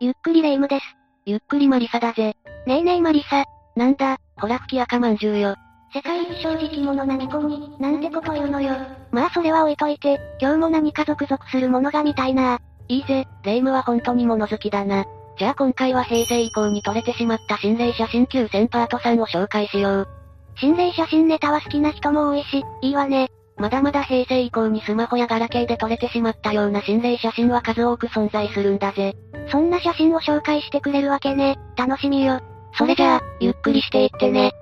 ゆっくりレ夢ムです。ゆっくりマリサだぜ。ねえねえマリサ、なんだ、ほら吹き赤まんじゅうよ。世界一正直者な巫女に、なんてこと言うのよ。まあそれは置いといて、今日も何か続々するものが見たいな。いいぜ、霊夢は本当に物好きだな。じゃあ今回は平成以降に撮れてしまった心霊写真9000パート3を紹介しよう。心霊写真ネタは好きな人も多いし、いいわね。まだまだ平成以降にスマホやガラケーで撮れてしまったような心霊写真は数多く存在するんだぜ。そんな写真を紹介してくれるわけね。楽しみよ。それじゃあ、ゆっくりしていってね。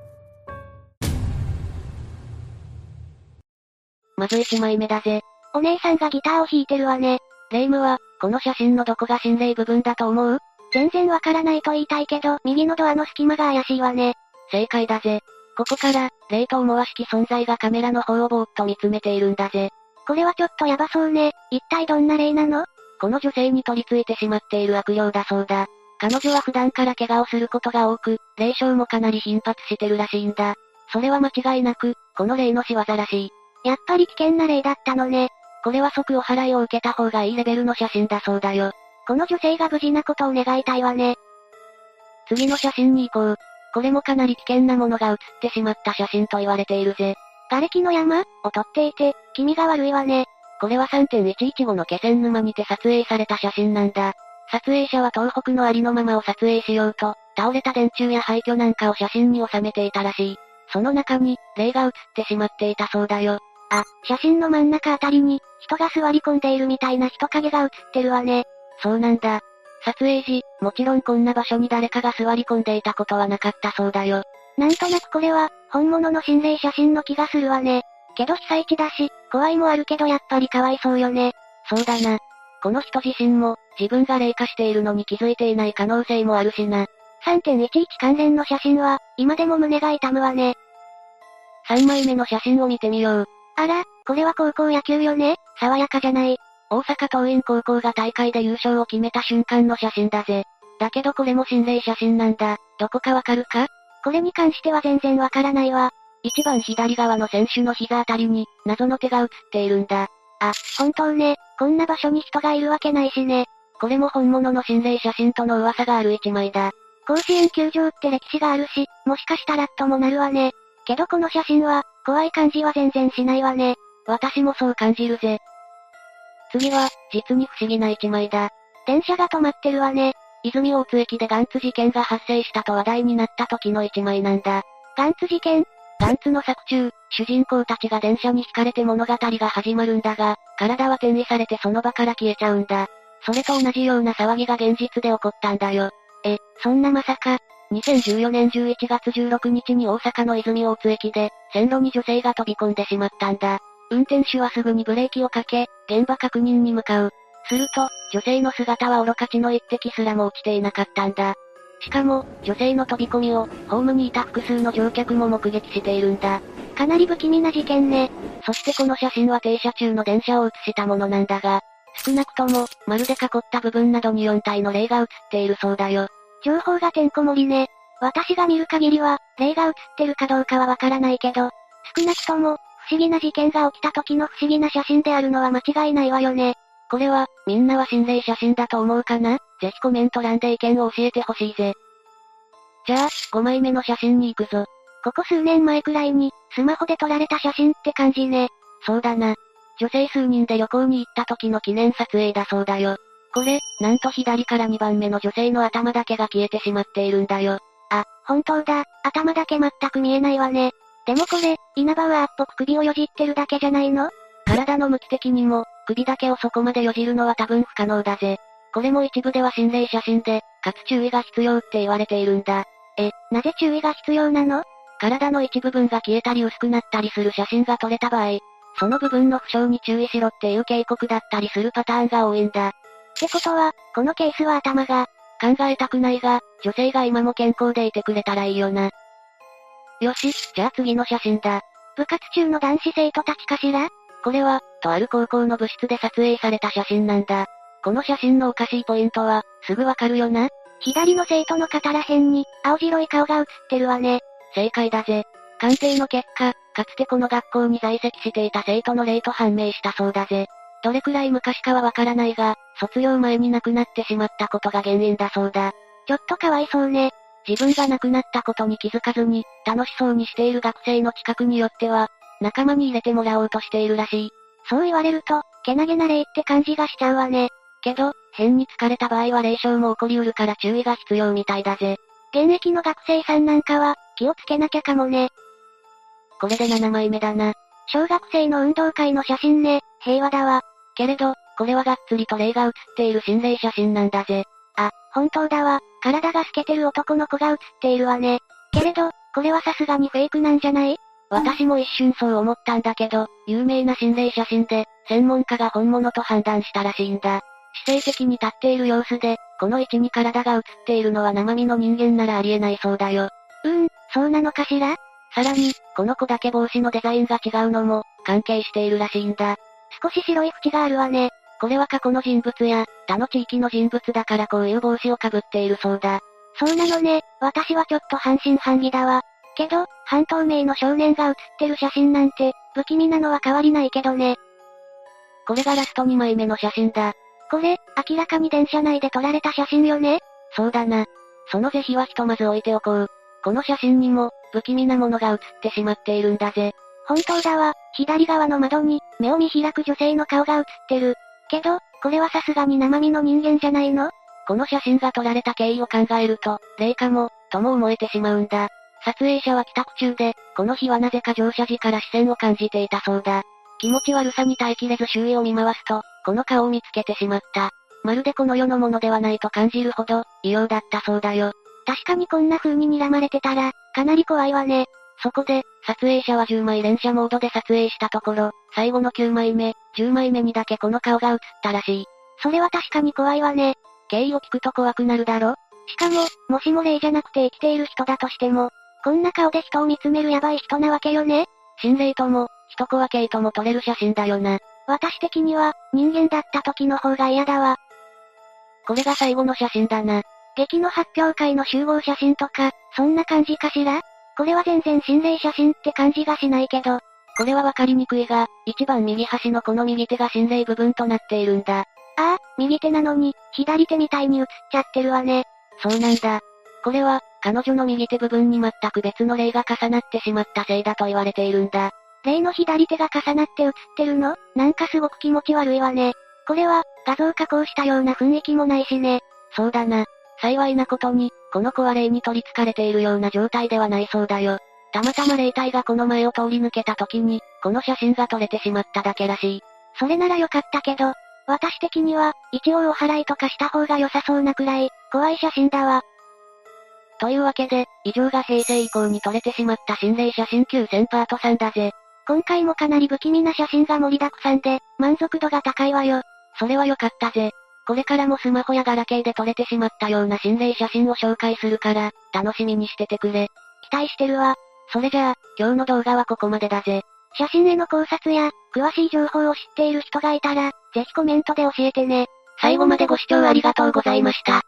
まず1枚目だぜ。お姉さんがギターを弾いてるわね。霊夢は、この写真のどこが心霊部分だと思う全然わからないと言いたいけど、右のドアの隙間が怪しいわね。正解だぜ。ここから、霊と思わしき存在がカメラの方をぼーっと見つめているんだぜ。これはちょっとやばそうね。一体どんな霊なのこの女性に取り付いてしまっている悪霊だそうだ。彼女は普段から怪我をすることが多く、霊障もかなり頻発してるらしいんだ。それは間違いなく、この霊の仕業らしい。やっぱり危険な霊だったのね。これは即お祓いを受けた方がいいレベルの写真だそうだよ。この女性が無事なことを願いたいわね。次の写真に行こう。これもかなり危険なものが写ってしまった写真と言われているぜ。瓦礫の山を撮っていて、気味が悪いわね。これは3.115の気仙沼にて撮影された写真なんだ。撮影者は東北のありのままを撮影しようと、倒れた電柱や廃墟なんかを写真に収めていたらしい。その中に、霊が写ってしまっていたそうだよ。あ、写真の真ん中あたりに、人が座り込んでいるみたいな人影が写ってるわね。そうなんだ。撮影時、もちろんこんな場所に誰かが座り込んでいたことはなかったそうだよ。なんとなくこれは、本物の心霊写真の気がするわね。けど被災地だし、怖いもあるけどやっぱりかわいそうよね。そうだな。この人自身も、自分が霊化しているのに気づいていない可能性もあるしな。 3.11関連の写真は、今でも胸が痛むわね。 3枚目の写真を見てみよう。あら、これは高校野球よね爽やかじゃない。大阪桐蔭高校が大会で優勝を決めた瞬間の写真だぜ。だけどこれも心霊写真なんだ。どこかわかるかこれに関しては全然わからないわ。一番左側の選手の膝あたりに、謎の手が写っているんだ。本当ね、こんな場所に人がいるわけないしね。これも本物の心霊写真との噂がある一枚だ。甲子園球場って歴史があるし、もしかしたらともなるわね。けどこの写真は、怖い感じは全然しないわね。私もそう感じるぜ。次は、実に不思議な一枚だ。電車が止まってるわね。泉大津駅でガンツ事件が発生したと話題になった時の一枚なんだ。ガンツ事件ガンツの作中、主人公たちが電車に惹かれて物語が始まるんだが、体は転移されてその場から消えちゃうんだ。それと同じような騒ぎが現実で起こったんだよ。え、そんなまさか、2014年11月16日に大阪の泉大津駅で、線路に女性が飛び込んでしまったんだ。運転手はすぐにブレーキをかけ、現場確認に向かう。すると、女性の姿は愚かちの一滴すらも落ちていなかったんだ。しかも、女性の飛び込みを、ホームにいた複数の乗客も目撃しているんだ。かなり不気味な事件ね。そしてこの写真は停車中の電車を写したものなんだが、少なくとも、丸で囲った部分などに4体の霊が写っているそうだよ。情報がてんこ盛りね。私が見る限りは、霊が映ってるかどうかはわからないけど、少なくとも、不思議な事件が起きた時の不思議な写真であるのは間違いないわよね。これは、みんなは心霊写真だと思うかなぜひコメント欄で意見を教えてほしいぜ。じゃあ、5枚目の写真に行くぞ。ここ数年前くらいに、スマホで撮られた写真って感じね。そうだな。女性数人で旅行に行った時の記念撮影だそうだよ。これ、なんと左から2番目の女性の頭だけが消えてしまっているんだよ。本当だ、頭だけ全く見えないわね。でもこれ、稲葉はあっぽく首をよじってるだけじゃないの体の向き的にも、首だけをそこまでよじるのは多分不可能だぜ。これも一部では心霊写真で、かつ注意が必要って言われているんだ。え、なぜ注意が必要なの体の一部分が消えたり薄くなったりする写真が撮れた場合、その部分の負傷に注意しろっていう警告だったりするパターンが多いんだ。ってことは、このケースは頭が、考えたくないが、女性が今も健康でいてくれたらいいよな。よし、じゃあ次の写真だ。部活中の男子生徒たちかしらこれは、とある高校の部室で撮影された写真なんだ。この写真のおかしいポイントは、すぐわかるよな左の生徒の肩ら辺に、青白い顔が映ってるわね。正解だぜ。鑑定の結果、かつてこの学校に在籍していた生徒の霊と判明したそうだぜ。どれくらい昔かはわからないが、卒業前に亡くなってしまったことが原因だそうだ。ちょっとかわいそうね。自分が亡くなったことに気づかずに、楽しそうにしている学生の近くによっては、仲間に入れてもらおうとしているらしい。そう言われると、けなげな霊って感じがしちゃうわね。けど、変に疲れた場合は霊障も起こりうるから注意が必要みたいだぜ。現役の学生さんなんかは、気をつけなきゃかもね。これで7枚目だな。小学生の運動会の写真ね、平和だわ。けれど、これはがっつりと霊が写っている心霊写真なんだぜ。あ、本当だわ。体が透けてる男の子が写っているわね。けれど、これはさすがにフェイクなんじゃない私も一瞬そう思ったんだけど、有名な心霊写真で、専門家が本物と判断したらしいんだ。姿勢的に立っている様子で、この位置に体が映っているのは生身の人間ならありえないそうだよ。うーん、そうなのかしらさらに、この子だけ帽子のデザインが違うのも、関係しているらしいんだ。少し白い縁があるわね。これは過去の人物や、他の地域の人物だからこういう帽子をかぶっているそうだ。そうなのね、私はちょっと半信半疑だわ。けど、半透明の少年が写ってる写真なんて、不気味なのは変わりないけどね。これがラスト2枚目の写真だ。これ、明らかに電車内で撮られた写真よねそうだな。その是非はひとまず置いておこう。この写真にも、不気味なものが写ってしまっているんだぜ。本当だわ、左側の窓に、目を見開く女性の顔が写ってる。けど、これはさすがに生身の人間じゃないのこの写真が撮られた経緯を考えると、霊かも、とも思えてしまうんだ。撮影者は帰宅中で、この日はなぜか乗車時から視線を感じていたそうだ。気持ち悪さに耐えきれず周囲を見回すと、この顔を見つけてしまった。まるでこの世のものではないと感じるほど、異様だったそうだよ。確かにこんな風に睨まれてたら、かなり怖いわね。そこで、撮影者は10枚連写モードで撮影したところ、最後の9枚目、10枚目にだけこの顔が映ったらしい。それは確かに怖いわね。経緯を聞くと怖くなるだろしかも、もしも霊じゃなくて生きている人だとしても、こんな顔で人を見つめるヤバい人なわけよね。心霊とも、人怖系とも撮れる写真だよな。私的には、人間だった時の方が嫌だわ。これが最後の写真だな。劇の発表会の集合写真とか、そんな感じかしらこれは全然心霊写真って感じがしないけど。これはわかりにくいが、一番右端のこの右手が心霊部分となっているんだ。ああ、右手なのに、左手みたいに映っちゃってるわね。そうなんだ。これは、彼女の右手部分に全く別の霊が重なってしまったせいだと言われているんだ。霊の左手が重なって映ってるのなんかすごく気持ち悪いわね。これは、画像加工したような雰囲気もないしね。そうだな。幸いなことに、この子は霊に取り憑かれているような状態ではないそうだよ。たまたま霊体がこの前を通り抜けた時に、この写真が撮れてしまっただけらしい。それならよかったけど、私的には、一応お祓いとかした方が良さそうなくらい、怖い写真だわ。というわけで、以上が平成以降に撮れてしまった心霊写真9000パート3だぜ。今回もかなり不気味な写真が盛りだくさんで、満足度が高いわよ。それは良かったぜ。これからもスマホやガラケーで撮れてしまったような心霊写真を紹介するから、楽しみにしててくれ。期待してるわ。それじゃあ、今日の動画はここまでだぜ。写真への考察や、詳しい情報を知っている人がいたら、ぜひコメントで教えてね。最後までご視聴ありがとうございました。